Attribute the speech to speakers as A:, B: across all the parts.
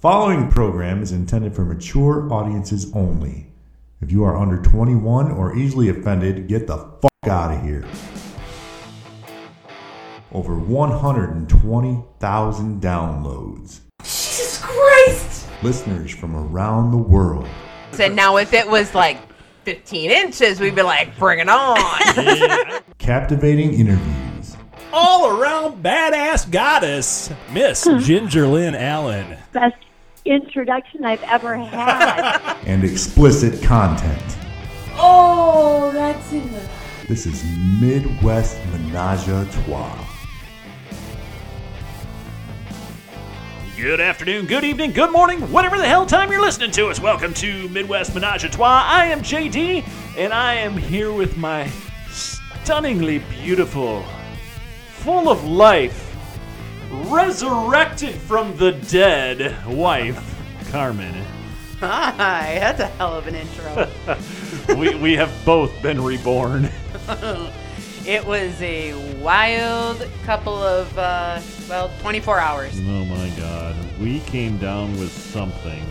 A: Following program is intended for mature audiences only. If you are under 21 or easily offended, get the fuck out of here. Over 120,000 downloads.
B: Jesus Christ!
A: Listeners from around the world.
B: And now if it was like 15 inches, we'd be like, bring it on.
A: Captivating interviews.
C: all around badass goddess, Miss Ginger Lynn Allen.
D: best introduction I've ever had.
A: and explicit content.
E: Oh, that's it.
A: This is Midwest Menage a Trois.
C: Good afternoon, good evening, good morning, whatever the hell time you're listening to us. Welcome to Midwest Menage a Trois. I am JD, and I am here with my stunningly beautiful, full of life, resurrected from the dead wife, Carmen.
F: Hi, that's a hell of an intro.
C: We, we have both been reborn.
F: it was a wild couple of, uh, well, 24 hours.
C: Oh my god. We came down with something.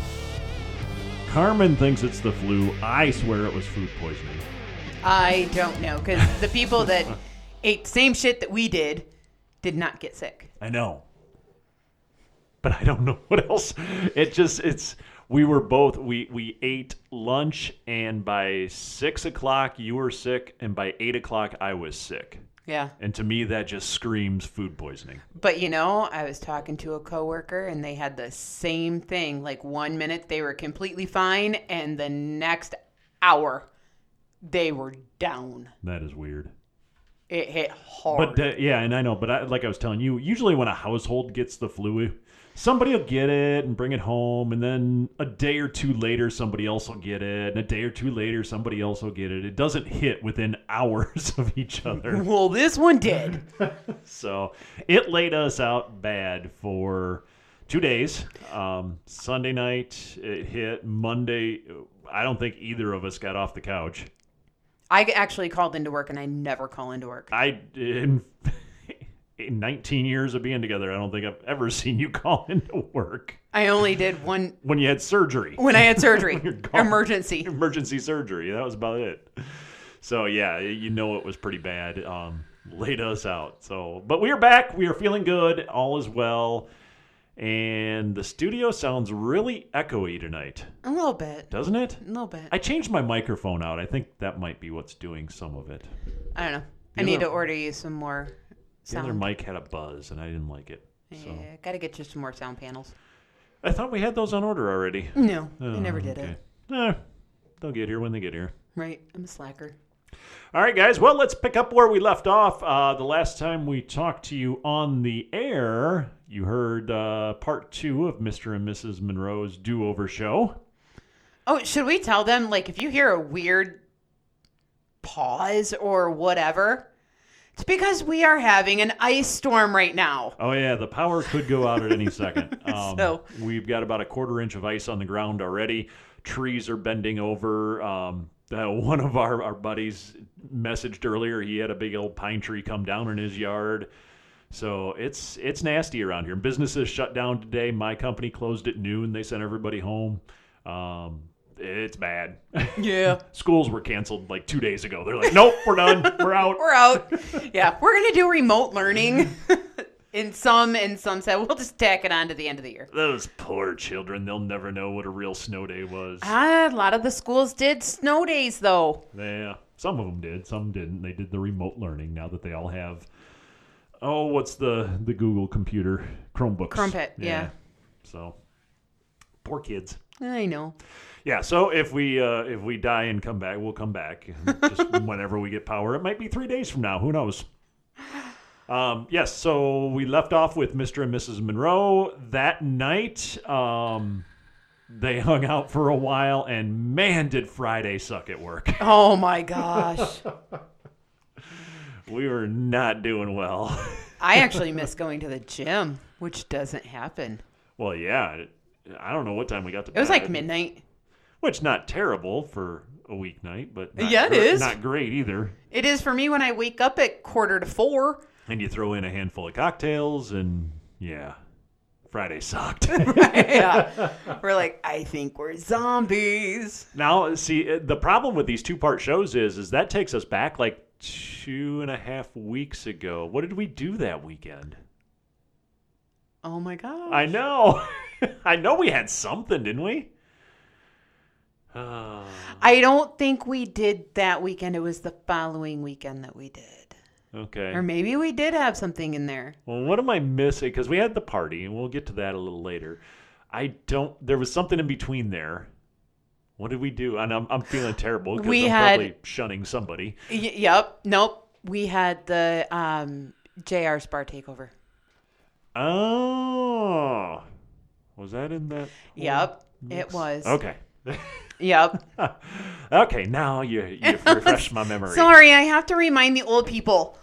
C: Carmen thinks it's the flu. I swear it was food poisoning.
F: I don't know, because the people that ate same shit that we did did not get sick.
C: I know. But I don't know what else. It just it's we were both we we ate lunch and by six o'clock you were sick and by eight o'clock I was sick.
F: Yeah.
C: And to me that just screams food poisoning.
F: But you know, I was talking to a coworker and they had the same thing. Like one minute they were completely fine, and the next hour they were down.
C: That is weird.
F: It hit hard.
C: But that- yeah, and I know. But I, like I was telling you, usually when a household gets the flu, somebody will get it and bring it home, and then a day or two later, somebody else will get it, and a day or two later, somebody else will get it. It doesn't hit within hours of each other.
F: well, this one did.
C: So it laid us out bad for two days. Um, Sunday night it hit. Monday, I don't think either of us got off the couch.
F: I actually called into work and I never call into work.
C: I in, in 19 years of being together, I don't think I've ever seen you call into work
F: I only did one
C: when you had surgery,
F: when I had surgery,
C: You're gone.
F: emergency.
C: emergency surgery. That was about it. So yeah, you know it was pretty bad. Um, laid us out. So, but we are back. We are feeling good. All is well. And the studio sounds really echoey tonight,
F: A little bit,
C: doesn't it?
F: a little bit.
C: I
F: I,
C: changed my microphone out. I think that might be what's doing some of it.
F: don't know. I
C: The
F: need
C: other-
F: to order you some more
C: The other
F: sound.
C: mic had a buzz, and I didn't like it. So
F: Yeah, gotta get you some more sound panels.
C: I thought we had those on order already.
F: No, I
C: Oh,
F: never did
C: okay.
F: it.
C: Eh, they'll get here when they get here.
F: Right, I'm a slacker.
C: All right, guys. Well, let's pick up where we left off. Uh, the last time we talked to you on the air, you heard uh, part two of Mr. and Mrs. Monroe's do over show.
F: Oh, should we tell them like if you hear a weird pause or whatever? It's because we are having an ice storm right now.
C: Oh, yeah. The power could go out at any second. Um,
F: So-
C: We've got about a quarter inch of ice on the ground already. Trees are bending over. Um, uh, one of our, our buddies messaged earlier he had a big old pine tree come down in his yard. So it's it's nasty around here. Businesses shut down today. My company closed at noon. They sent everybody home. Um, it's bad.
F: Yeah.
C: Schools were canceled like two days ago. They're like, nope, we're done. We're out.
F: we're out. Yeah, we're gonna do remote learning. in some, in some said we'll just tack it on to the end of the year.
C: Those poor children. They'll never know what a real snow day was.
F: Ah, a lot of the schools did snow days though.
C: Yeah, some of them did, some didn't. They did the remote learning now that they all have. Oh, what's the the Google computer Chromebooks?
F: Crumpet, yeah.
C: So poor kids.
F: I know.
C: Yeah. So if we uh, if we die and come back, we'll come back just whenever we get power. It might be three days from now. Who knows? Um, yes. So we left off with Mr. and Mrs. Monroe that night. Um, they hung out for a while, and man, did Friday suck at work.
F: Oh my gosh.
C: We were not doing well.
F: I actually miss going to the gym, which doesn't happen.
C: well, yeah, it- I don't know what time we got to.
F: It was like midnight.
C: which not terrible for a weeknight, but not
F: Yeah, it
C: gr-
F: is.
C: not great either.
F: It is for me when I wake up at quarter to four.
C: And you throw in a handful of cocktails, and yeah, Friday sucked.
F: yeah. We're like, I think we're zombies.
C: Now, see, uh, the problem with these two-part shows is, is that takes us back like two and a half weeks ago. What did we do that weekend?
F: Oh my god.
C: I know, I know, we had something, didn't we? Uh,
F: I don't think we did that weekend. It was the following weekend that we did. Or
C: okay.
F: maybe we did have something in there.
C: Well, what am I missing? Because we had the party, and we'll get to that a little later. I don't. There was something in between there. What did we do? And I'm, I'm feeling terrible because
F: We
C: I'm
F: had-
C: probably shunning somebody.
F: Y- yep. Nope. We had the um, JR Spar takeover.
C: Oh, was that in that?
F: Yep. It was.
C: Okay.
F: Yep.
C: Okay, now you you've refreshed my memory.
F: Sorry, I have to remind the old people.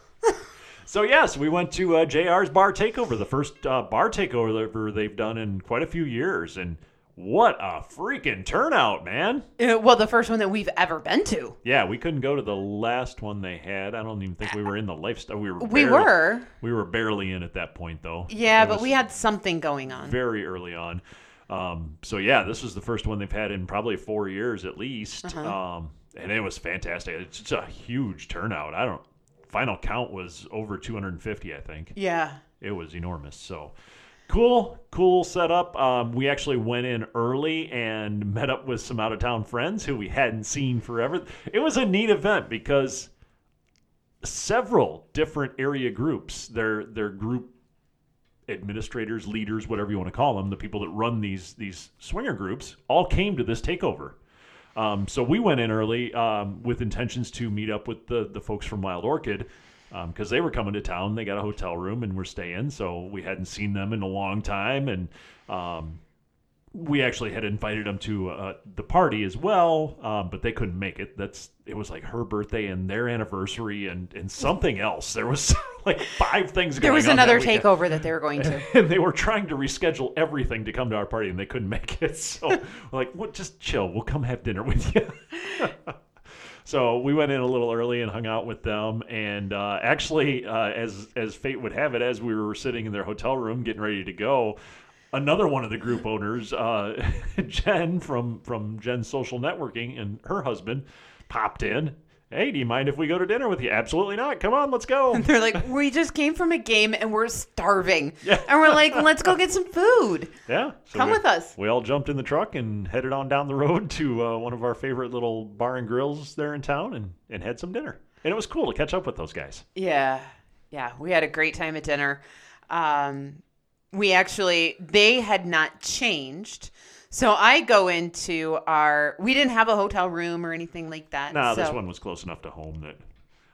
C: So yes, we went to uh, JR's bar takeover, the first uh, bar takeover they've done in quite a few years, and what a freaking turnout, man!
F: Uh, Well, the first one that we've ever been to.
C: Yeah, we couldn't go to the last one they had. I don't even think we were in the lifestyle. We were
F: We
C: barely-
F: were.
C: we were barely in at that point though.
F: Yeah,
C: It
F: but
C: was
F: we had something going on.
C: very early on. Um, so yeah, this was the first one they've had in probably four years at least,
F: Uh-huh.
C: um, and it was fantastic. It's just a huge turnout. I don't. Final count was over 250, I think.
F: yeah.
C: It was enormous. So cool, cool setup. Um, we actually went in early and met up with some out of town friends who we hadn't seen forever. It was a neat event because several different area groups, their their group administrators, leaders, whatever you want to call them, the people that run these these swinger groups, all came to this takeover. Um, so we went in early um, with intentions to meet up with the the folks from Wild Orchid because they were coming to town. They got a hotel room and were staying, so we hadn't seen them in a long time, and um, we actually had invited them to uh, the party as well, um, but they couldn't make it. That's it was like her birthday and their anniversary and and something else. There was like five things.
F: There
C: going
F: was
C: on that
F: another
C: weekend
F: takeover that they were going to.
C: and they were trying to reschedule everything to come to our party and they couldn't make it so we're like well, just chill we'll come have dinner with you so we went in a little early and hung out with them and uh, actually uh, as as fate would have it as we were sitting in their hotel room getting ready to go another one of the group owners uh, jen from from jen's social networking and her husband popped in hey do you mind if we go to dinner with you absolutely not come on let's go
F: They're like, we just came from a game and we're starving. And we're like, let's go get some food.
C: Yeah. so
F: Come
C: we-
F: with us.
C: We all jumped in the truck and headed on down the road to uh, one of our favorite little bar and grills there in town and, and had some dinner. And it was cool to catch up with those guys.
F: Yeah. Yeah. We had a great time at dinner. Um, we actually, they had not changed. So I go into our, we didn't have a hotel room or anything like that.
C: Nah, this
F: so-
C: one was close enough to home that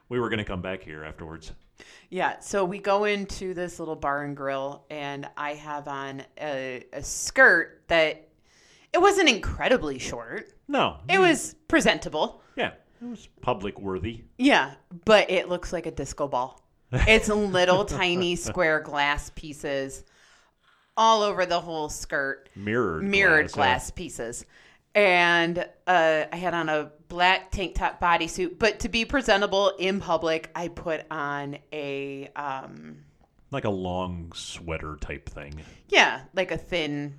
C: we were going to come back here afterwards.
F: Yeah, so we go into this little bar and grill, and I have on a, a skirt that it wasn't incredibly short.
C: No.
F: It was presentable.
C: yeah. It was public worthy.
F: Yeah, but it looks like a disco ball. It's little tiny square glass pieces all over the whole skirt,
C: Mirrored.
F: mirrored glass,
C: glass.
F: pieces. And uh, I had on a black tank top bodysuit, but to be presentable in public, I put on a. Um,
C: uh, Like a long sweater type thing.
F: Yeah, like a thin.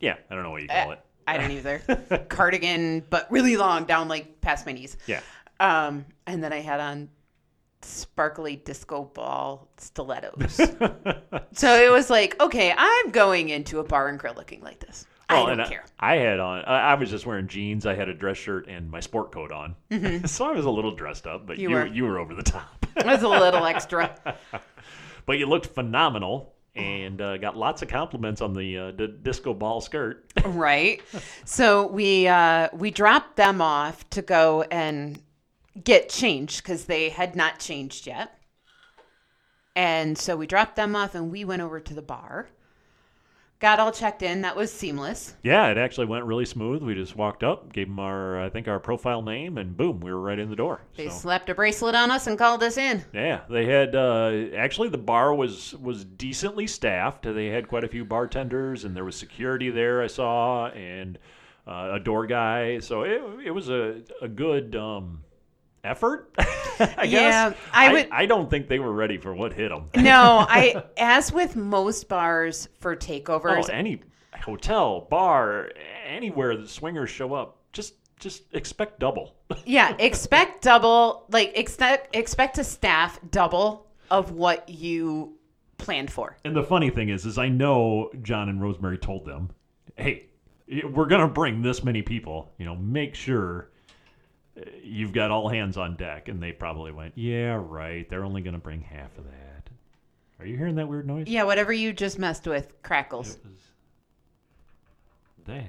C: Yeah. I don't know what you
F: Uh,
C: call it.
F: I don't either. cardigan, but really long, down like past my knees.
C: Yeah.
F: Um, and then I had on sparkly disco ball stilettos. so it was like, okay, I'm going into a bar and grill looking like this. I
C: Well, Oh, and
F: don't care.
C: I, had on. I, I was just wearing jeans. I had a dress shirt and my sport coat on, so I was a little dressed up. But
F: Mm-hmm. You
C: you, you
F: were.
C: were you were over the top.
F: It was a little extra.
C: but you looked phenomenal and uh, got lots of compliments on the uh, d- disco ball skirt.
F: right so we uh we dropped them off to go and get changed because they had not changed yet and so we dropped them off and we went over to the bar got all checked in that was seamless
C: yeah, it actually went really smooth. We just walked up, gave them our I think our profile name, and boom, we were right in the door.
F: they
C: So-
F: slapped a bracelet on us and called us in
C: Yeah, they had uh, actually the bar was was decently staffed. They had quite a few bartenders, and there was security there. I saw and uh, a door guy, so it, it was a a good um, effort. I
F: Yeah,
C: guess.
F: I would-
C: I don't think they were ready for what hit them.
F: No, I as with most bars for
C: Oh,
F: takeovers,
C: any hotel, bar, anywhere that swingers show up, just just expect double.
F: yeah, expect double, like expect expect to staff double of what you planned for.
C: And the funny thing is, is I know John and Rosemary told them, "Hey, y- we're gonna bring this many people. You know, make sure uh, you've got all hands on deck." And they probably went, "Yeah, right. They're only gonna bring half of that." Are you hearing that weird noise?
F: Yeah, whatever you just messed with crackles.
C: That.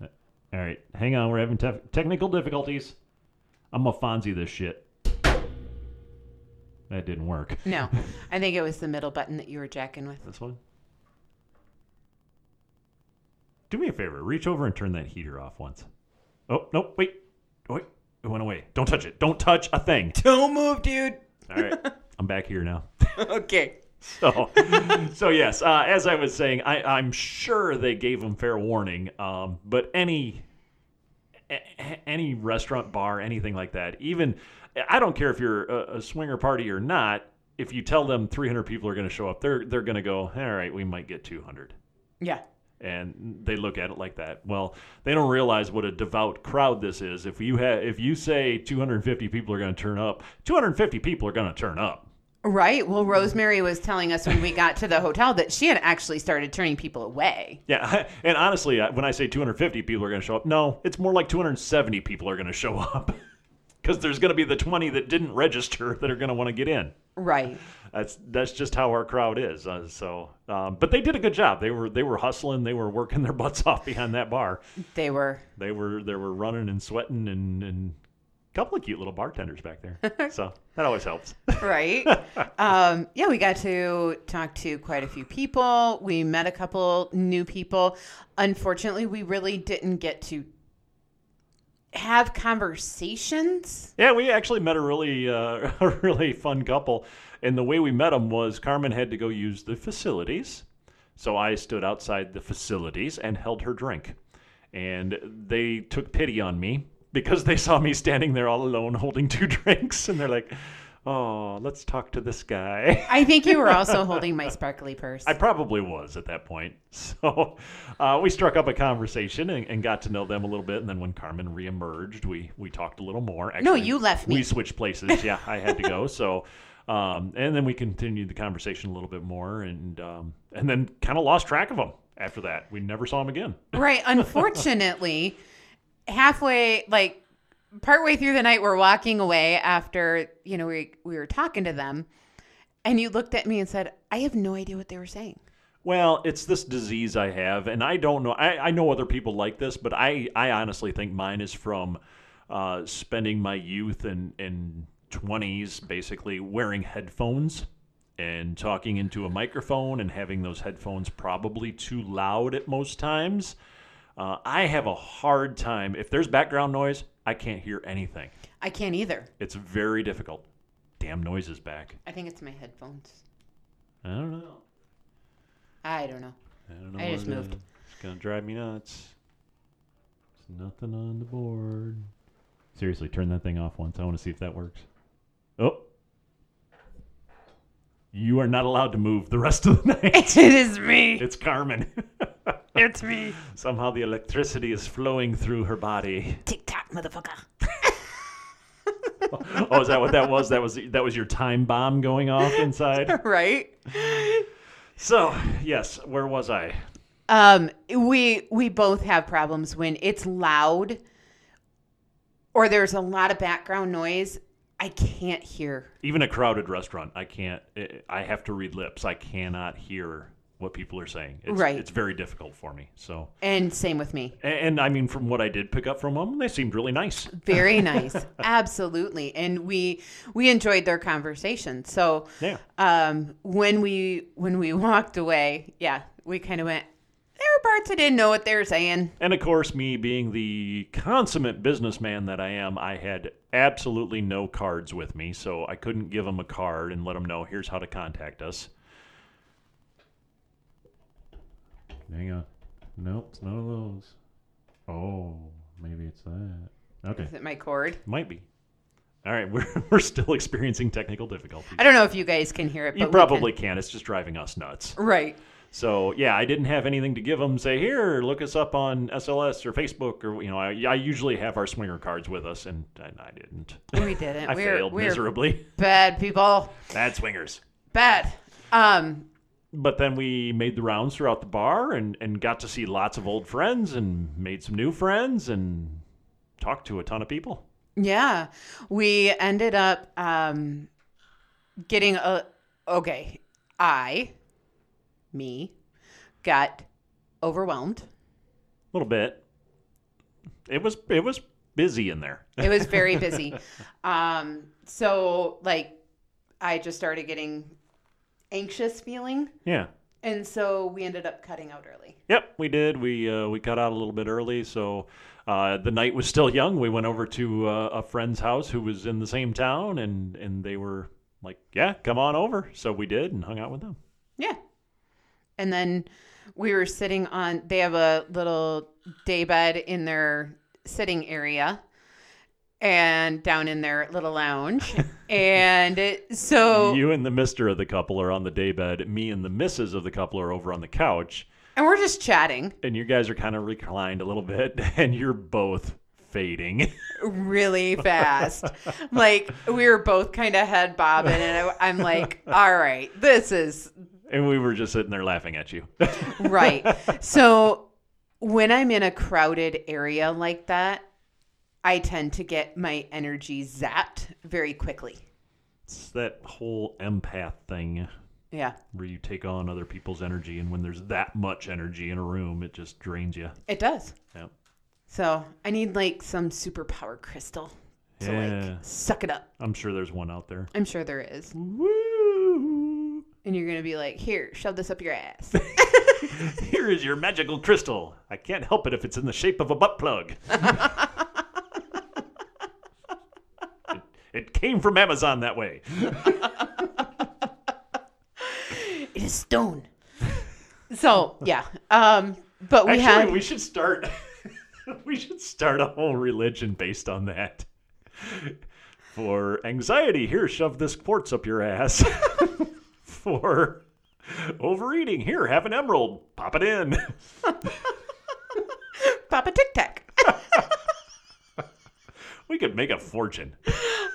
C: All right, Uh, hang on. We're having tef- technical difficulties. I'm gonna Fonzie this shit. That didn't work.
F: No, I think it was the middle button that you were jacking with.
C: This one. Do me a favor. Reach over and turn that heater off once. Oh no! Wait, wait. It went away. Don't touch it. Don't touch a thing.
F: Don't move, dude.
C: All right. I'm back here now.
F: Okay.
C: So, so yes, uh, as I was saying, I, I'm sure they gave them fair warning. Um, but any a- a- any restaurant, bar, anything like that, even I don't care if you're a, a swinger party or not. If you tell them 300 people are going to show up, they're they're going to go. All right, we might get 200
F: Yeah.
C: and they look at it like that. Well, they don't realize what a devout crowd this is. If you have, if you say 250 people are going to turn up, 250 people are going to turn up.
F: Right. Well, Rosemary was telling us when we got to the hotel that she had actually started turning people away.
C: Yeah, and honestly, I- when I say 250 people are going to show up, no, it's more like 270 people are going to show up because there's going to be the 20 that didn't register that are going to want to get in.
F: Right.
C: That's that's just how our crowd is. Uh, so, um, but they did a good job. They were they were hustling. They were working their butts off behind that bar.
F: They were.
C: they were they were running and sweating and and a couple of cute little bartenders back there. so that always helps.
F: Right. um, yeah, we got to talk to quite a few people. We met a couple new people. Unfortunately, we really didn't get to have conversations.
C: yeah, we actually met a really uh, a really fun couple, and the way we met them was Carmen had to go use the facilities, so I stood outside the facilities and held her drink, and they took pity on me because they saw me standing there all alone holding two drinks, and they're like. Oh, let's talk to this guy.
F: I think you were also holding my sparkly purse.
C: I probably was at that point. So uh, we struck up a conversation and, and got to know them a little bit. And then when Carmen reemerged, we we talked a little more. Actually,
F: you left me.
C: We switched places. Yeah, I had to go. So. Um, and then we continued the conversation a little bit more, and um, and then kind of lost track of him after that. We never saw him again.
F: Right. Unfortunately, halfway, like partway through the night, we're walking away after, you know, we, we were talking to them. And you looked at me and said, I have no idea what they were saying.
C: Well, it's this disease I have, and I don't know. I, I know other people like this, but I, I honestly think mine is from uh, spending my youth and, and 20s basically wearing headphones and talking into a microphone and having those headphones probably too loud at most times. Uh, I have a hard time. If there's background noise, I can't hear anything.
F: I can't either.
C: It's very difficult. Damn noise is back.
F: I think it's my headphones.
C: I don't know.
F: I don't know.
C: I don't know.
F: I
C: what
F: just
C: it
F: moved.
C: is. It's gonna drive me nuts. There's nothing on the board. Seriously, turn that thing off once. I want to see if that works. Oh. You are not allowed to move the rest of the
F: it
C: night.
F: is me.
C: It's Carmen.
F: It's me.
C: Somehow the electricity is flowing through her body.
F: Tick tock, motherfucker.
C: Oh, is that what that was? That was that was your time bomb going off inside.
F: Right?
C: So, yes, where was I?
F: Um, we we both have problems when it's loud or there's a lot of background noise. I can't hear.
C: even a crowded restaurant, I can't. I- I have to read lips. I cannot hear what people are saying. It's,
F: Right.
C: It's very difficult for me. So,
F: And same with me.
C: and, and I mean, from what I did pick up from them, they seemed really nice.
F: Very nice. Absolutely. And we we enjoyed their conversation. So
C: Yeah.
F: um when we when we walked away, yeah, we kind of went there were parts I didn't know what they were saying.
C: And of course, me being the consummate businessman that I am, I had absolutely no cards with me, so I couldn't give them a card and let them know here's how to contact us. Hang on. Nope, it's none of those. Oh, maybe it's that. Okay.
F: Is it my cord?
C: Might be. All right. We're, we're still experiencing technical difficulties.
F: I don't know if you guys can hear it, but
C: You
F: we
C: probably can. It's just driving us nuts.
F: can. right.
C: So yeah, I didn't have anything to give them. Say here, look us up on SLS or Facebook or you know. I, I usually have our swinger cards with us, and I, I didn't.
F: We didn't.
C: I
F: we're
C: failed
F: we're
C: miserably.
F: bad people.
C: Bad swingers.
F: Bad. Um,
C: But then we made the rounds throughout the bar and, and got to see lots of old friends and made some new friends and talked to a ton of people.
F: yeah, we ended up um, getting a. Okay, I, me, got overwhelmed.
C: A little bit. It was it was busy in there.
F: It was very busy. um, so like, I just started getting anxious feeling,
C: Yeah.
F: and so we ended up cutting out early.
C: Yep, we did. We uh, we cut out a little bit early, so uh, the night was still young. We went over to uh, a friend's house who was in the same town, and and they were like, "Yeah, come on over." So we did and hung out with them.
F: Yeah. And then we were sitting on, they have a little day bed in their sitting area and down in their little lounge. and it- so,
C: You and the Mister of the couple are on the daybed. Me and the Misses of the couple are over on the couch,
F: and we're just chatting,
C: and you guys are kind of reclined a little bit, and you're both fading.
F: really fast. like we were both kind of head bobbing, and I, I'm like, "All right, this is
C: and we were just sitting there laughing at you.
F: right." So when I'm in a crowded area like that, I tend to get my energy zapped very quickly.
C: it's that whole empath thing.
F: Yeah,
C: where you take on other people's energy and when there's that much energy in a room it just drains you
F: it does.
C: yeah
F: So I need like some superpower crystal to
C: Yeah.
F: like suck it up.
C: i'm sure there's one out there
F: I'm sure there is.
C: Woo!
F: And you're gonna be like, here, shove this up your ass.
C: here is your magical crystal i can't help it if it's in the shape of a butt plug it, it came from amazon that way
F: it is stone. so yeah, um, but we
C: actually
F: had
C: we should start we should start a whole religion based on that for anxiety here shove this quartz up your ass for overeating here have an emerald pop it in
F: Papa Tic Tac.
C: we could make a fortune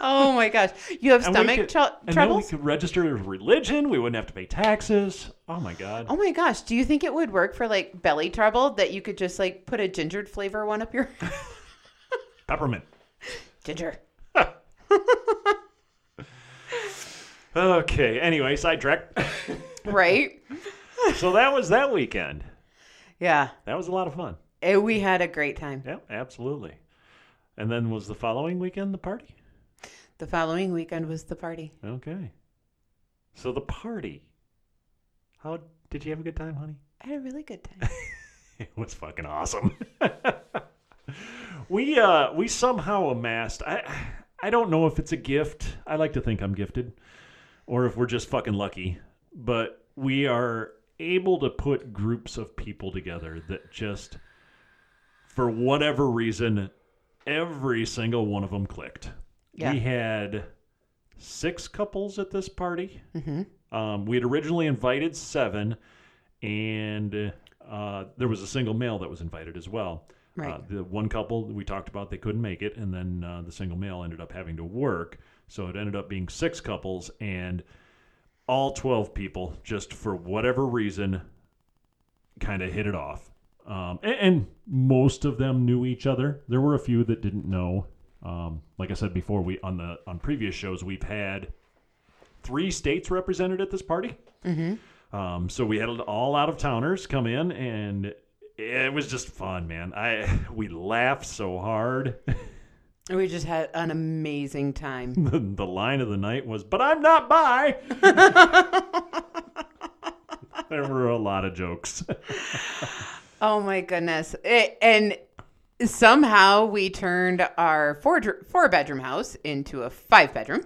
F: oh my gosh, you have
C: And we
F: stomach
C: could-
F: trou-
C: and then we
F: troubles.
C: could register as religion we wouldn't have to pay taxes oh my god
F: Oh my gosh, do you think it would work for like belly trouble that you could just like put a gingered flavor one up your
C: peppermint
F: ginger?
C: okay anyway sidetrack
F: Right?
C: so that was that weekend
F: Yeah.
C: that was a lot of fun
F: And Eh, we had a great time.
C: yeah absolutely and then was the following weekend the party
F: The following weekend was the party.
C: Okay. So the party. How did you have a good time, honey?
F: I had a really good time.
C: It was fucking awesome. we uh we somehow amassed I I don't know if it's a gift. I like to think I'm gifted or if we're just fucking lucky, but we are able to put groups of people together that just for whatever reason every single one of them clicked.
F: Yeah.
C: We had six couples at this party. Um, we had originally invited seven, and uh, there was a single male that was invited as well. Uh,
F: Right.
C: the one couple that we talked about, they couldn't make it, and then uh, the single male ended up having to work. So it ended up being six couples, and all 12 people, just for whatever reason, kind of hit it off. Um, and, and most of them knew each other. There were a few that didn't know. Um, like I said before, we on the on previous shows we've had three states represented at this party. Um, so we had all out of towners come in, and it was just fun, man. I we laughed so hard.
F: We just had an amazing time.
C: the, the line of the night was, "But I'm not bi." there were a lot of jokes.
F: Oh my goodness. It, and somehow we turned our four dr- four bedroom house into a five bedroom.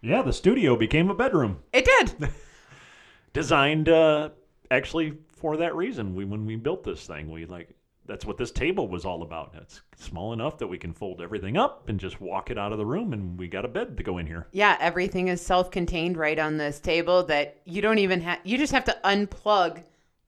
C: yeah, the studio became a bedroom.
F: It did.
C: designed uh, actually for that reason. We when we built this thing, we like that's what this table was all about. It's small enough that we can fold everything up and just walk it out of the room, and we got a bed to go in here.
F: Yeah, everything is self-contained right on this table that you don't even have you just have to unplug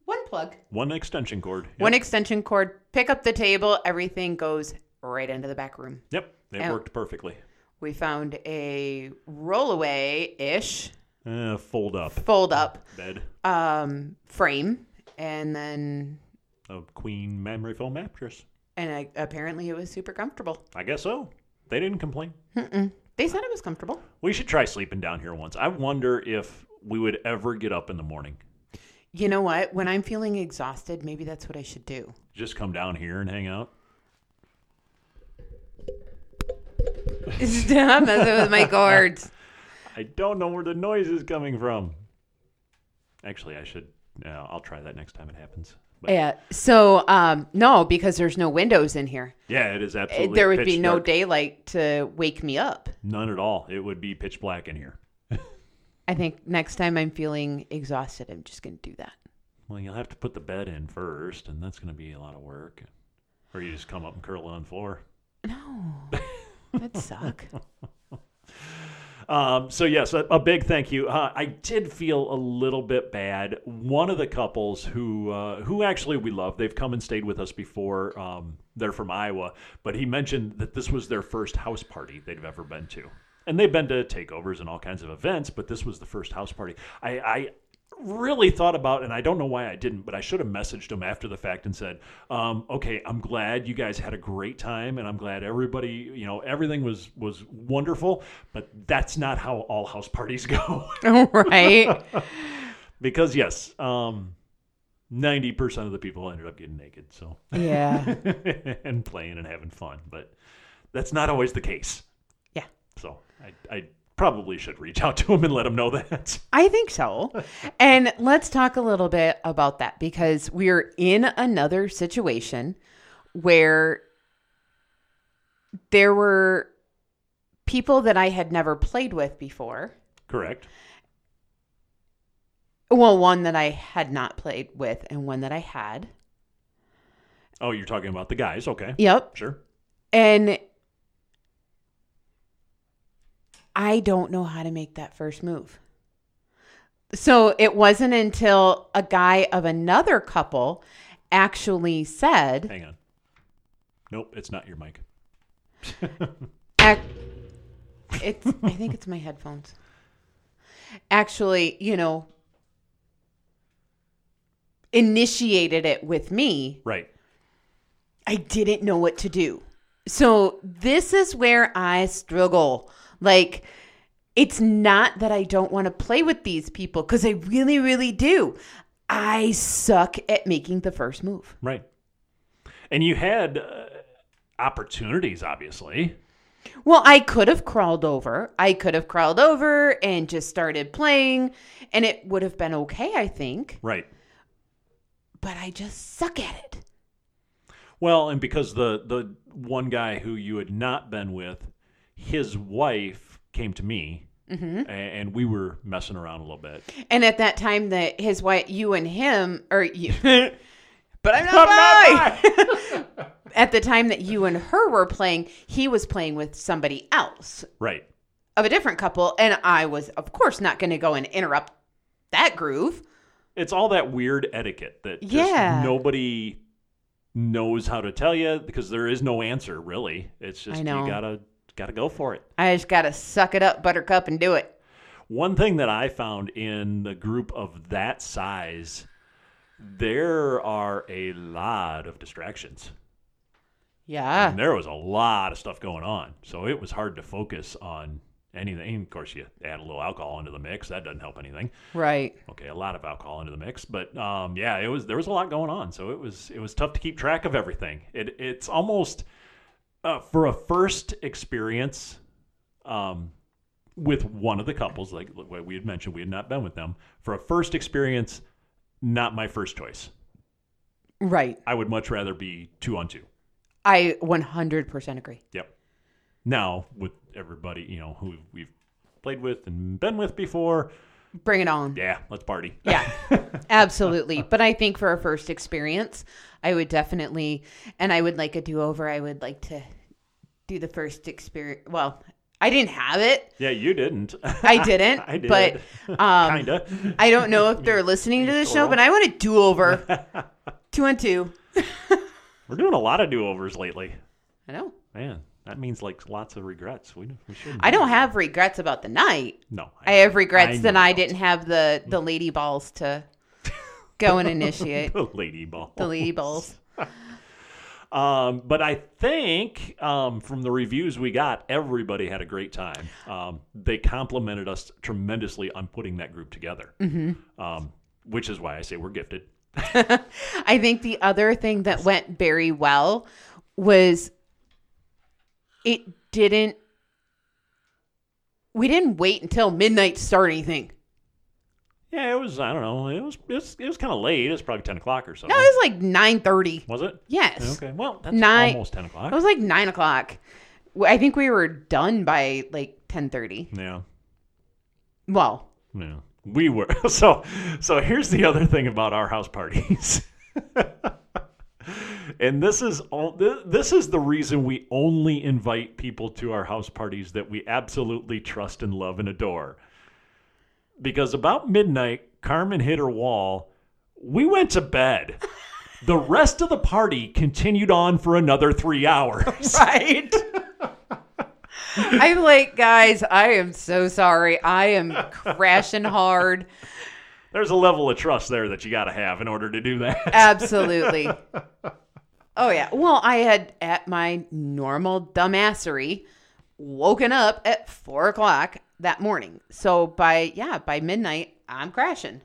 F: one plug,
C: One extension cord. Yep.
F: one extension cord, pick up the table, everything goes right into the back room.
C: Yep, it
F: Oh.
C: worked perfectly.
F: We found a rollaway-ish
C: Uh, fold up
F: fold up
C: bed,
F: um frame and then
C: a queen memory foam mattress.
F: and I, apparently it was super comfortable.
C: I guess so. They didn't complain.
F: They said it was comfortable.
C: We should try sleeping down here once. I wonder if we would ever get up in the morning.
F: You know what? When I'm feeling exhausted, maybe that's what I should do.
C: Just come down here and hang out.
B: Stop messing with my cords.
C: I don't know where the noise is coming from. Actually, I should. Uh, I'll try that next time it happens. But
F: Yeah. So um, no, because there's no windows in here.
C: yeah, it is
F: Eh,
C: absolutely.
F: there would be
C: pitch
F: no
C: dark.
F: daylight to wake me up.
C: None at all. It would be pitch black in here.
F: I think next time I'm feeling exhausted, I'm just going to do that.
C: Well, you'll have to put the bed in first, and that's going to be a lot of work. Or you just come up and curl on the floor.
F: That'd suck.
C: Um, so yes, a, a big thank you. Uh, I did feel a little bit bad. One of the couples who uh, who actually we love, they've come and stayed with us before. Um, they're from Iowa, but he mentioned that this was their first house party they've ever been to, and they've been to takeovers and all kinds of events, but this was the first house party. I. I Really thought about, and I don't know why I didn't, but I should have messaged him after the fact and said, um, "Okay, I'm glad you guys had a great time, and I'm glad everybody, you know, everything was was wonderful, but that's not how all house parties go."
F: right?
C: because yes, um, ninety percent of the people ended up getting naked, so
F: Yeah.
C: and playing and having fun, but that's not always the case.
F: Yeah.
C: So I, I probably should reach out to him and let him know that.
F: I think so. And let's talk a little bit about that because we're in another situation where there were people that I had never played with before.
C: Correct.
F: Well, one that I had not played with and one that I had.
C: Oh, you're talking about the guys. Okay.
F: Yep.
C: Sure.
F: And I don't know how to make that first move. So it wasn't until a guy of another couple actually said,
C: Hang on. Nope, it's not your mic.
F: ac- it's, I think it's my headphones. Actually, you know, initiated it with me.
C: Right.
F: I didn't know what to do. So this is where I struggle. Like, it's not that I don't want to play with these people because I really, really do. I suck at making the first move.
C: Right. And you had uh, opportunities, obviously.
F: Well, I could have crawled over. I could have crawled over and just started playing, and it would have been okay, I think.
C: Right.
F: But I just suck at it.
C: Well, and because the the one guy who you had not been with, his wife came to me,
F: Mm-hmm.
C: a- and, we were messing around a little bit.
F: And at that time, that his wife, you and him, or you, but I'm not, bi. at the time that you and her were playing, he was playing with somebody else
C: Right.
F: of a different couple, and I was, of course, not going to go and interrupt that groove.
C: It's all that weird etiquette that just
F: Yeah.
C: nobody knows how to tell you because there is no answer really. It's just
F: I know.
C: you gotta gotta go for it.
F: I just got to suck it up, Buttercup, and do it.
C: One thing that I found in the group of that size, there are a lot of distractions.
F: Yeah,
C: And there was a lot of stuff going on. So it was hard to focus on anything. And of course, you add a little alcohol into the mix. That doesn't help anything.
F: right.
C: Okay, a lot of alcohol into the mix, but um, yeah, it was there was a lot going on, so it was it was tough to keep track of everything. It it's almost uh, for a first experience um, with one of the couples, like what we had mentioned, we had not been with them for a first experience. Not my first choice.
F: Right.
C: I would much rather be two on two.
F: I 100% agree.
C: Yep. Now with everybody, you know, who we've played with and been with before,
F: Bring it on.
C: Yeah, let's party.
F: Yeah, absolutely. But I think for a first experience, I would definitely, and I would like a do over. I would like to do the first experience. Well, I didn't have it.
C: Yeah, you didn't.
F: I didn't.
C: I did.
F: But um,
C: Kinda.
F: I don't know if they're listening to the show, but I want a do over. two on two.
C: We're doing a lot of do overs lately.
F: I know.
C: Man, that means like lots of regrets. We, we shouldn't.
F: I don't have regrets about the night.
C: No.
F: I have regrets
C: I
F: that
C: know.
F: I didn't have the the lady balls to go and initiate
C: The Oh, lady ball.
F: the lady balls.
C: Um, but I think um, from the reviews we got, everybody had a great time. Um, they complimented us tremendously on putting that group together,
F: Mm-hmm.
C: um, which is why I say we're gifted.
F: I think the other thing that went very well was it didn't we didn't wait until midnight to start anything.
C: Yeah, it was. I don't know. It was. It was, it was kind of late. It was probably ten o'clock or so.
F: No, it was like nine thirty.
C: was it?
F: Yes.
C: Okay. Well, that's
F: Nine-
C: almost ten o'clock.
F: It was like nine o'clock. W- I think we were done by like ten thirty.
C: yeah.
F: Well,
C: Yeah. We were. So so here's the other thing about our house parties. and this is all thi- this is the reason we only invite people to our house parties that we absolutely trust and love and adore. Because about midnight, Carmen hit her wall. We went to bed. The rest of the party continued on for another 3 hours.
F: right. I'm like, guys, I am so sorry. I am crashing hard.
C: There's a level of trust there that you got to have in order to do that.
F: Absolutely. Oh yeah. Well, I had at my normal dumbassery woken up at four o'clock that morning. So by yeah, by midnight I'm crashing.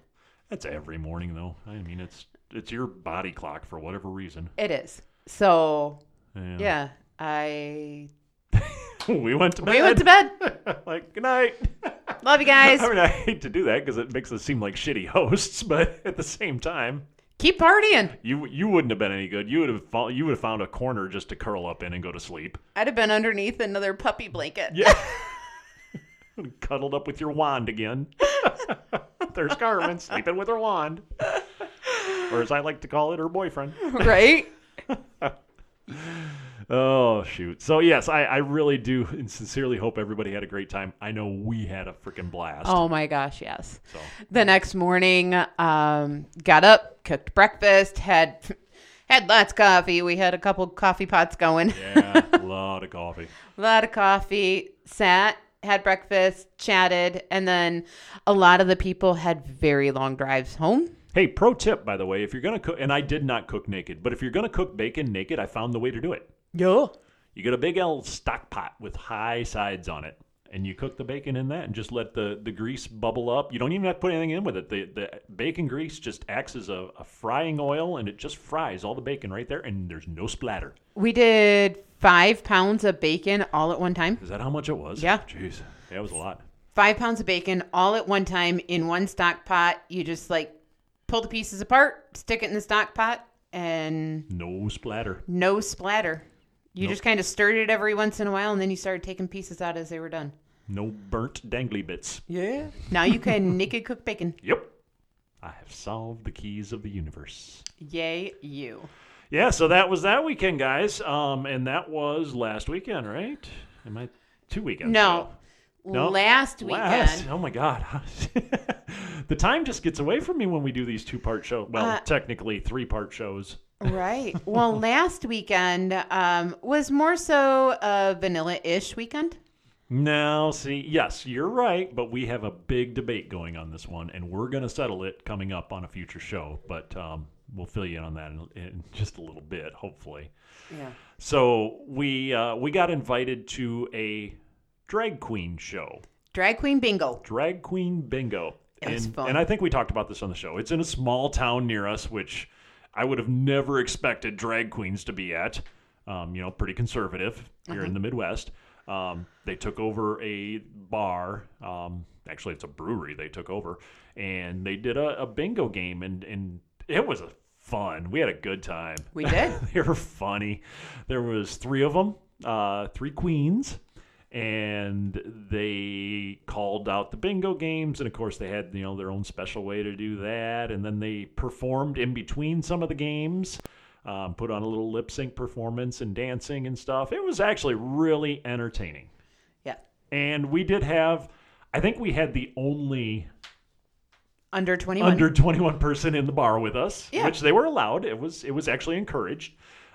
C: That's every morning, though. I mean, it's it's your body clock for whatever reason.
F: It is. So
C: Yeah,
F: yeah, I
C: we went to bed.
F: we went to bed.
C: like good night.
F: Love you guys.
C: I mean, I hate to do that because it makes us seem like shitty hosts, but at the same time,
F: Keep partying.
C: you you wouldn't have been any good. You would have fo- you would have found a corner just to curl up in and go to sleep.
F: I'd have been underneath another puppy blanket.
C: Yeah, cuddled up with your wand again. There's Carmen sleeping with her wand, or as I like to call it, her boyfriend.
F: Right?
C: Oh shoot! So yes, I, I really do and sincerely hope everybody had a great time. I know we had a freaking blast.
F: Oh my gosh, yes.
C: So
F: The next morning, um, got up, cooked breakfast, had had lots of coffee. We had a couple coffee pots going.
C: yeah, a lot of coffee.
F: a lot of coffee, sat, had breakfast, chatted, and then a lot of the people had very long drives home.
C: Hey, pro tip by the way, if you're gonna cook, and I did not cook naked, but if you're gonna cook bacon naked, I found the way to do it.
F: Yeah.
C: You get a big old stock pot with high sides on it, and you cook the bacon in that, and just let the the grease bubble up. You don't even have to put anything in with it. The the bacon grease just acts as a, a frying oil, and it just fries all the bacon right there, and there's no splatter.
F: We did five pounds of bacon all at one time.
C: Is that how much it was?
F: Yeah.
C: Jeez, that was a lot.
F: Five pounds of bacon all at one time in one stock pot. You just like pull the pieces apart, stick it in the stock pot, and
C: No splatter.
F: no splatter. You just kind of stirred it every once in a while, and then you started taking pieces out as they were done.
C: No burnt dangly bits.
F: Yeah. Now you can naked cook bacon.
C: Yep. I have solved the keys of the universe.
F: Yay, you.
C: Yeah, so that was that weekend, guys. Um, and that was last weekend, right? Am I two weekends?
F: No.
C: ago.
F: Last weekend.
C: Last- Oh my god. the time just gets away from me when we do these two part show. Well,
F: Uh,
C: technically three part shows.
F: Right. Well, last weekend um, was more so a vanilla ish weekend.
C: Now, see, yes, you're right, but we have a big debate going on this one, and we're going to settle it coming up on a future show. But um, we'll fill you in on that in, in just a little bit, hopefully.
F: Yeah.
C: So we uh, we got invited to a drag queen show,
F: Drag queen bingo.
C: drag queen bingo,
F: It was
C: and
F: fun.
C: and I think we talked about this on the show. It's in a small town near us, which I would have never expected drag queens to be at. Um, you know, pretty conservative here
F: Uh-huh.
C: in the Midwest. Um, they took over a bar. Um, actually, it's a brewery they took over, and they did a, a bingo game, and and it was fun. We had a good time
F: We did.
C: they were funny. There was three of them, uh, three queens, and they called out the bingo games and of course they had you know their own special way to do that and then they performed in between some of the games um, put on a little lip sync performance and dancing and stuff it was actually really entertaining
F: Yeah.
C: and we did have i think we had the only
F: Under 21.
C: under 21 person in the bar with us
F: Yeah.
C: which they were allowed it was it was actually encouraged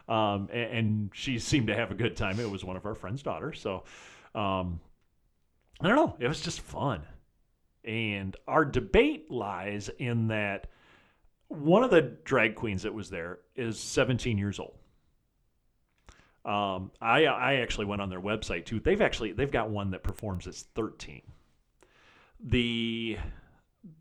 C: um, a- and, she seemed to have a good time it was one of our friend's daughters so um, i don't know it was just fun and our debate lies in that one of the drag queens that was there is 17 years old um, I, I actually went on their website too. They've actually they've got one that performs as 13. The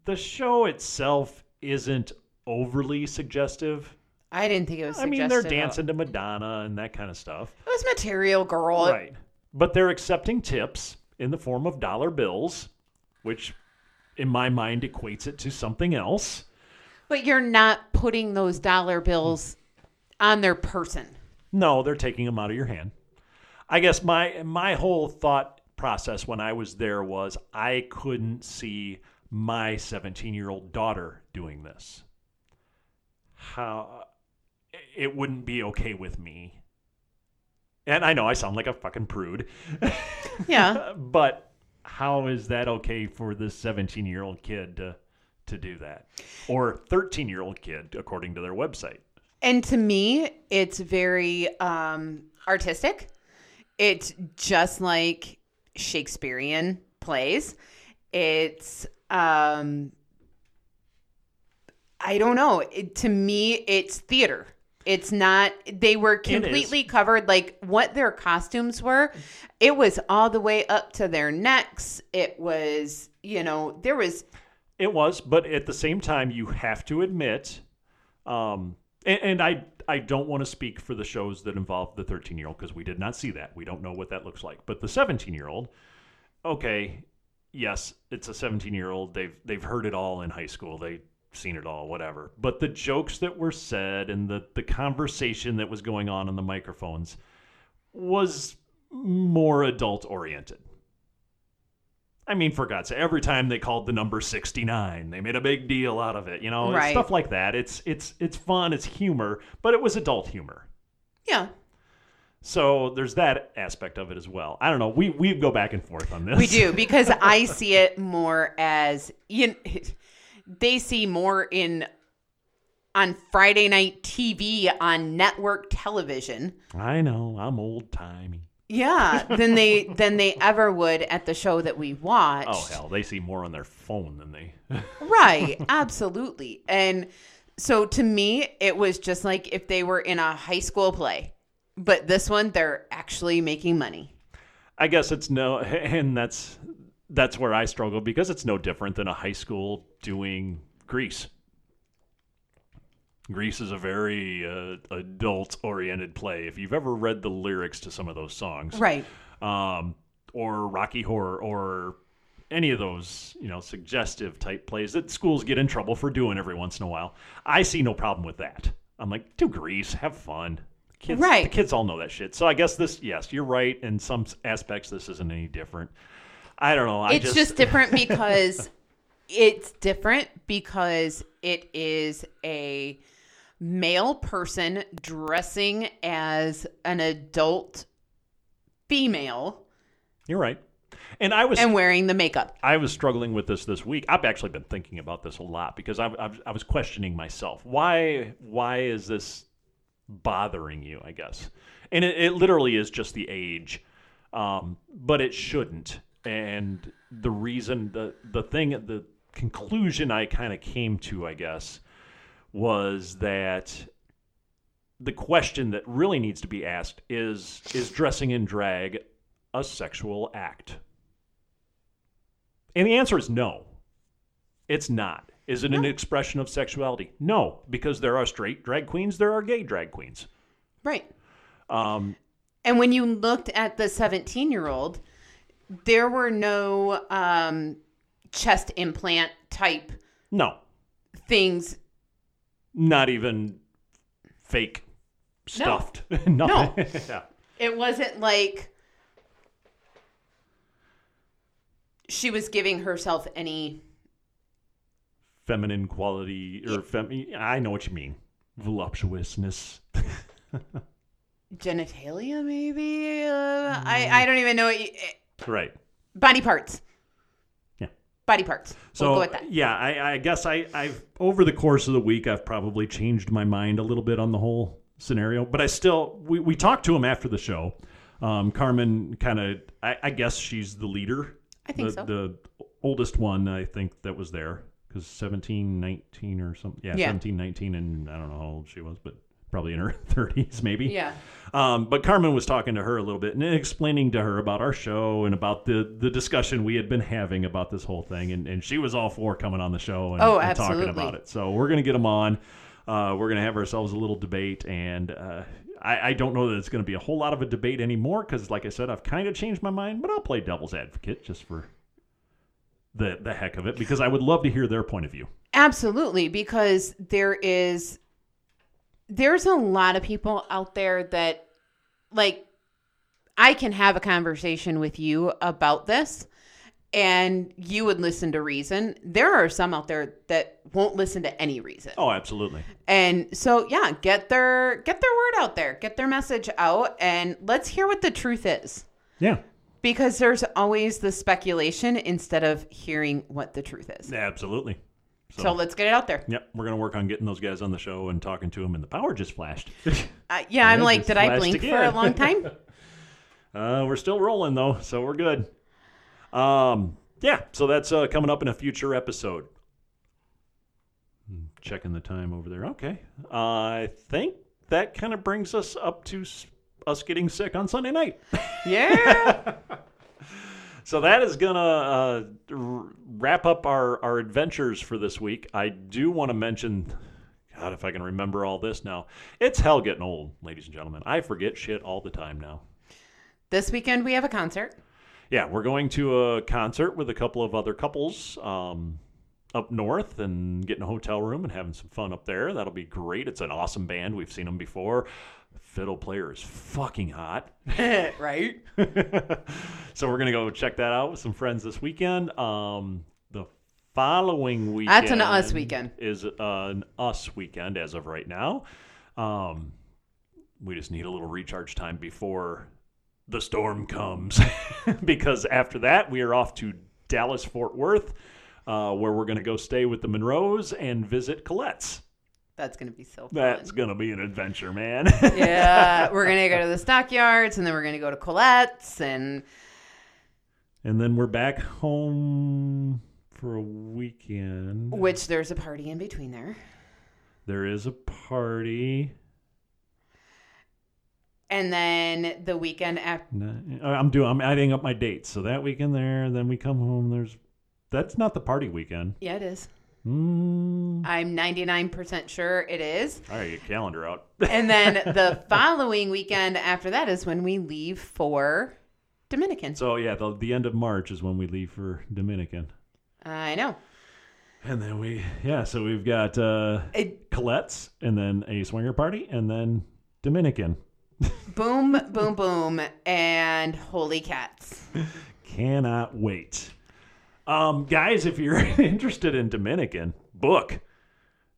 C: the show itself isn't overly suggestive.
F: I didn't think it was
C: I mean, they're
F: suggested at all.
C: dancing to Madonna and that kind of stuff.
F: It was Material Girl.
C: Right. But they're accepting tips in the form of dollar bills, which in my mind equates it to something else.
F: But you're not putting those dollar bills on their person.
C: No, they're taking them out of your hand. I guess my my whole thought process when I was there was I couldn't see my 17-year-old daughter doing this. How it wouldn't be okay with me. And I know I sound like a fucking prude,
F: Yeah.
C: but how is that okay for this 17-year-old kid to to do that? Or 13-year-old kid according to their website.
F: and to me, it's very um, artistic. It's just like Shakespearean plays. It's, um, I don't know. It, to me, it's theater. It's not, they were
C: is.
F: completely covered. Like what their costumes were, it was all the way up to their necks. It was, you know, there was
C: It was, but at the same time, you have to admit, um, and, and I I don't want to speak for the shows that involve the 13 year old because we did not see that. We don't know what that looks like. But the 17 year old, okay, yes, it's a 17 year old. They've they've heard it all in high school. They seen it all, whatever. But the jokes that were said and the the conversation that was going on on the microphones was more adult oriented. I mean, for God's sake, every time they called the number sixty nine, they made a big deal out of it. You know, and
F: Right.
C: stuff like that. It's it's it's fun. It's humor, but it was adult humor.
F: Yeah,
C: So there's that aspect of it as well. I don't know. We we go back and forth on this.
F: we do because I see it more as you. kn- They see more in on Friday night TV on network television.
C: I know. I'm old timey.
F: Yeah, than they than they ever would at the show that we watched.
C: Oh hell, they see more on their phone than they.
F: Right, absolutely. And so to me, it was just like if they were in a high school play, but this one they're actually making money.
C: I guess it's no, and that's that's where I struggle because it's no different than a high school doing Grease. Grease is a very uh, adult-oriented play. If you've ever read the lyrics to some of those songs,
F: Right.
C: um, or Rocky Horror or any of those, you know, suggestive type plays that schools get in trouble for doing every once in a while. I see no problem with that. I'm like, do grease, have fun. Kids,
F: Right.
C: The kids all know that shit. So I guess this, yes, you're right. In some s- aspects, this isn't any different. I don't know. I
F: it's just, different because it's different because it is a male person dressing as an adult female
C: you're right. And I was
F: and wearing the makeup.
C: I was struggling with this this week. I've actually been thinking about this a lot because I've, I've, I was questioning myself. Why why is this bothering you? I guess, and it, it literally is just the age, um, but it shouldn't. And the reason the the thing the conclusion I kind of came to, I guess, was that the question that really needs to be asked is is dressing in drag a sexual act? And the answer is no. It's not. Is it an expression of sexuality? No, because there are straight drag queens, there are gay drag queens.
F: Right.
C: Um,
F: And when you looked at the 17 year old, there were no um, chest implant type
C: no,
F: things.
C: not even fake stuffed. No.
F: No.
C: yeah.
F: It wasn't like she was giving herself any
C: Feminine quality or fem- I know what you mean. Voluptuousness.
F: genitalia, maybe. Uh,
C: Mm.
F: I I don't even know what you, eh,
C: right.
F: body parts.
C: Yeah.
F: body parts.
C: So
F: we'll go with that.
C: yeah, I, I guess I, I've over the course of the week I've probably changed my mind a little bit on the whole scenario, but I still we, we talked to him after the show. Um, Carmen kind of I, I guess she's the leader.
F: I think
C: the,
F: so.
C: The oldest one I think that was there because 17, 19 or something. Yeah,
F: Yeah.
C: seventeen, nineteen, 17, 19 and I don't know how old she was, but probably in her 30s maybe.
F: Yeah.
C: Um, but Carmen was talking to her a little bit and explaining to her about our show and about the, the discussion we had been having about this whole thing. And, and she was all for coming on the show and,
F: Oh,
C: and talking
F: absolutely.
C: about it. So we're going to get them on. Uh, we're going to have ourselves a little debate. And uh, I, I don't know that it's going to be a whole lot of a debate anymore because, like I said, I've kind of changed my mind, but I'll play devil's advocate just for the, the heck of it because I would love to hear their point of view.
F: Absolutely, because there is there's a lot of people out there that like I can have a conversation with you about this and you would listen to reason. There are some out there that won't listen to any reason.
C: Oh, absolutely.
F: And so yeah, get their get their word out there, get their message out and let's hear what the truth is.
C: Yeah.
F: Because there's always the speculation instead of hearing what the truth is.
C: Absolutely.
F: So let's get it out there.
C: Yep, we're gonna work on getting those guys on the show and talking to them. And the power just flashed.
F: Uh, yeah, I'm
C: Yeah,
F: like,
C: just
F: did I
C: flashed
F: blink for a
C: again.
F: long time?
C: uh, we're still rolling though, so we're good. Um, yeah, so that's uh, coming up in a future episode. Hmm, Checking the time over there. Okay, I think that kind of brings us up to s- us getting sick on Sunday night.
F: yeah.
C: So that is gonna uh, r- wrap up our our adventures for this week. I do want to mention, God, if I can remember all this now, it's hell getting old, ladies and gentlemen. I forget shit all the time now.
F: This weekend we have a concert.
C: Yeah, we're going to a concert with a couple of other couples um, up north and getting a hotel room and having some fun up there. That'll be great. It's an awesome band. We've seen them before. Fiddle player is fucking hot.
F: right.
C: so we're gonna go check that out with some friends this weekend. Um, the following weekend
F: That's Ah, an us weekend.
C: is uh, an us weekend as of right now. Um, we just need a little recharge time before the storm comes, because after that we are off to Dallas Fort Worth, uh, where we're gonna go stay with the Monroes and visit Colette's.
F: That's gonna be so fun.
C: That's gonna be an adventure, man.
F: yeah, we're gonna go to the stockyards, and then we're gonna go to Colette's, and
C: and then we're back home for a weekend.
F: which there's a party in between there,
C: There is a party.
F: and then the weekend after.
C: No, I'm doing. I'm adding up my dates. So that weekend there, then we come home. There's. That's not the party weekend.
F: Yeah, it is.
C: Mm.
F: I'm 99% sure it is.
C: All right, your calendar out.
F: And then the following weekend after that is when we leave for Dominican.
C: so yeah, the, the end of March is when we leave for Dominican,
F: I know.
C: and then we yeah. So we've got uh,
F: It,
C: Colette's, and then a swinger party, and then Dominican.
F: boom, boom, boom, and holy cats.
C: Cannot wait. Um, guys, if you're interested in Dominican, book.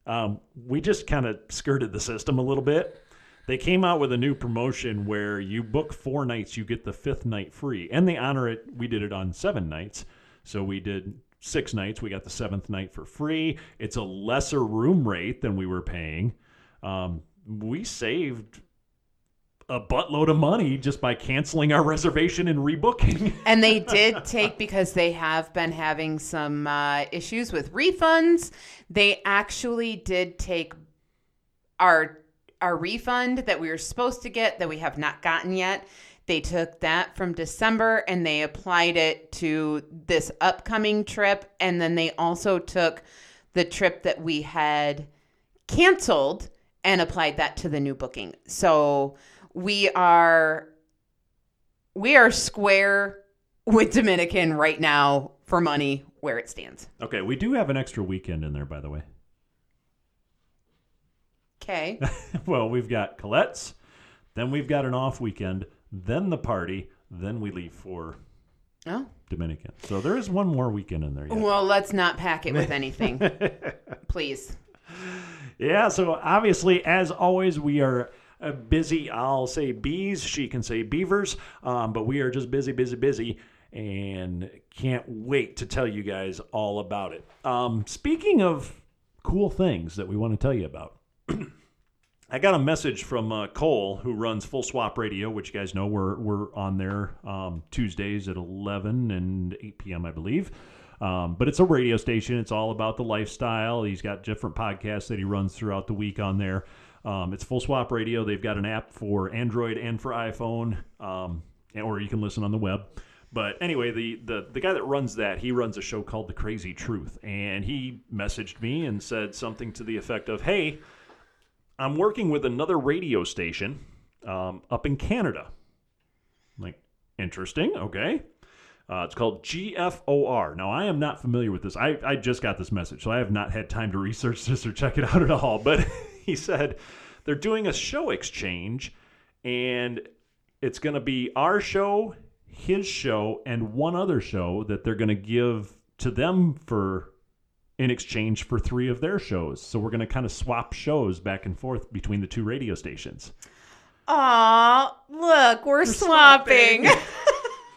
C: Um, we just kind of skirted the system a little bit. They came out with a new promotion where you book four nights, you get the fifth night free. And they honor it. We did it on seven nights. So we did six nights. We got the seventh night for free. It's a lesser room rate than we were paying. Um, we saved a buttload of money just by canceling our reservation and rebooking.
F: And they did take because they have been having some uh, issues with refunds. They actually did take our our refund that we were supposed to get that we have not gotten yet. They took that from December and they applied it to this upcoming trip and then they also took the trip that we had canceled and applied that to the new booking. So we are we are square with Dominican right now for money where it stands.
C: Okay, we do have an extra weekend in there, by the way.
F: Okay.
C: well, we've got Colette's, then we've got an off weekend, then the party, then we leave for
F: Oh.
C: Dominican. So there is one more weekend in there. Yet.
F: Well, let's not pack it with anything. Please.
C: Yeah, so obviously, as always, we are uh, busy. I'll say bees, she can say beavers, um, but we are just busy, busy, busy, and can't wait to tell you guys all about it. Um, speaking of cool things that we want to tell you about. I got a message from uh, Cole, who runs Full Swap Radio, which you guys know we're we're on there um, Tuesdays at eleven and eight p.m. I believe. Um, but it's a radio station. It's all about the lifestyle. He's got different podcasts that he runs throughout the week on there. Um, it's Full Swap Radio. They've got an app for Android and for iPhone, um, and- or you can listen on the web. But anyway, the, the the guy that runs that, he runs a show called The Crazy Truth, and he messaged me and said something to the effect of, "Hey." I'm working with another radio station um, up in Canada. I'm like, interesting. Okay. Uh, it's called GFOR. Now, I am not familiar with this. I, I just got this message, so I have not had time to research this or check it out at all. But he said they're doing a show exchange, and it's going to be our show, his show, and one other show that they're going to give to them for in exchange for three of their shows. So we're going to kind of swap shows back and forth between the two radio stations.
F: Aw, look, we're, swapping.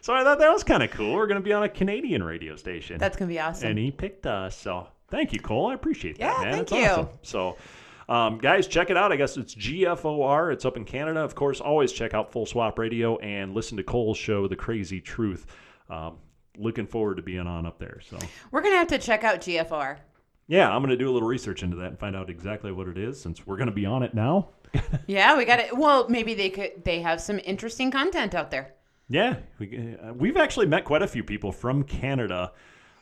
C: So I thought that was kind of cool. We're going to be on a Canadian radio station.
F: That's going to be awesome.
C: and he picked us. So thank you, Cole. I appreciate that,
F: Yeah,
C: man.
F: thank
C: That's
F: you.
C: awesome. So, um, guys, check it out. I guess it's GFOR. It's up in Canada. Of course, always check out Full Swap Radio and listen to Cole's show, The Crazy Truth. Um, looking forward to being on up there. So,
F: we're going to have to check out GFR.
C: yeah, I'm going to do a little research into that and find out exactly what it is since we're going to be on it now.
F: Yeah, we got it. Well, maybe they could they have some interesting content out there.
C: Yeah, we, uh, we've actually met quite a few people from Canada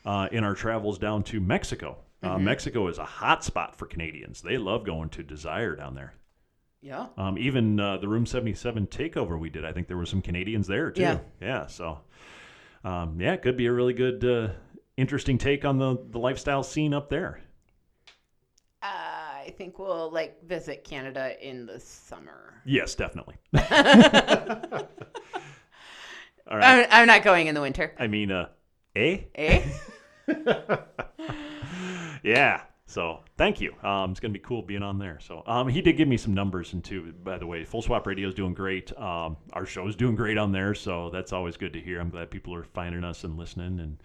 C: uh, in our travels down to Mexico. Uh, Mexico is a hot spot for Canadians. They love going to Desire down there.
F: Yeah.
C: Um, even uh, the Room 77 takeover we did, I think there were some Canadians there too.
F: Yeah.
C: Yeah. So, um, yeah, it could be a really good, uh, interesting take on the, the lifestyle scene up there.
F: Uh, I think we'll like visit Canada in the summer.
C: Yes, definitely. All right.
F: I'm, I'm not going in the winter.
C: I mean, uh, eh?
F: Eh?
C: Yeah. So thank you. Um, it's going to be cool being on there. So um, he did give me some numbers and too. By the way, Full Swap Radio is doing great. Um, our show is doing great on there. So that's always good to hear. I'm glad people are finding us and listening. And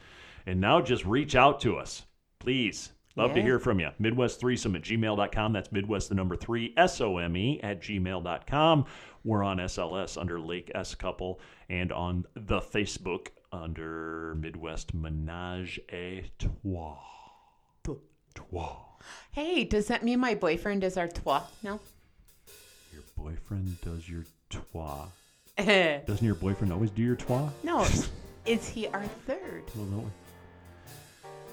C: and now just reach out to us, please. Love to
F: Yeah.
C: hear from you. Midwest threesome at gmail.com. That's Midwest the number three, S O M E at gmail.com. We're on SLS under Lake S Couple and on the Facebook under Midwest Menage a Trois. Trois.
F: hey, does that mean my boyfriend is our toi? No.
C: Your boyfriend does your trois.
F: no.
C: Doesn't your boyfriend always do your trois?
F: Is he our third?
C: Well, no.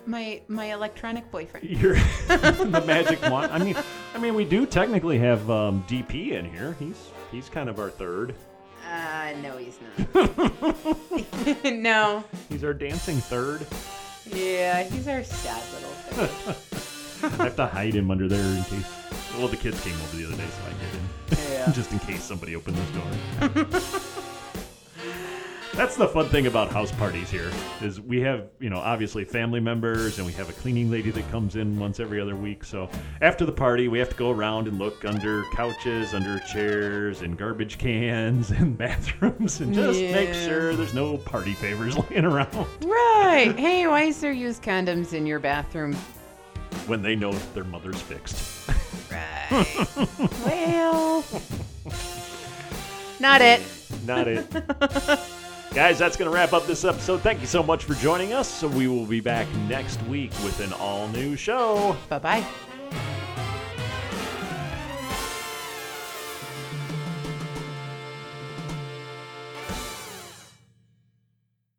F: My my electronic boyfriend.
C: You're the magic one. I mean, I mean, we do technically have um, DP in here. He's he's kind of our third.
F: Uh, no, he's not. no.
C: He's our dancing third.
F: Yeah, he's our sad little thing.
C: I have to hide him under there in case. Well, the kids came over the other day, so I hid him. Just in case somebody opened this door. That's the fun thing about house parties here is we have, you know, obviously family members and we have a cleaning lady that comes in once every other week. So after the party, we have to go around and look under couches, under chairs, and garbage cans and bathrooms and just make
F: Yeah.
C: sure there's no party favors laying around
F: Right. Hey, why is there used condoms in your bathroom?
C: when they know their mother's fixed.
F: Well, not it.
C: Not it. Guys, that's going to wrap up this episode. Thank you so much for joining us. So we will be back next week with an all new show.
F: Bye bye.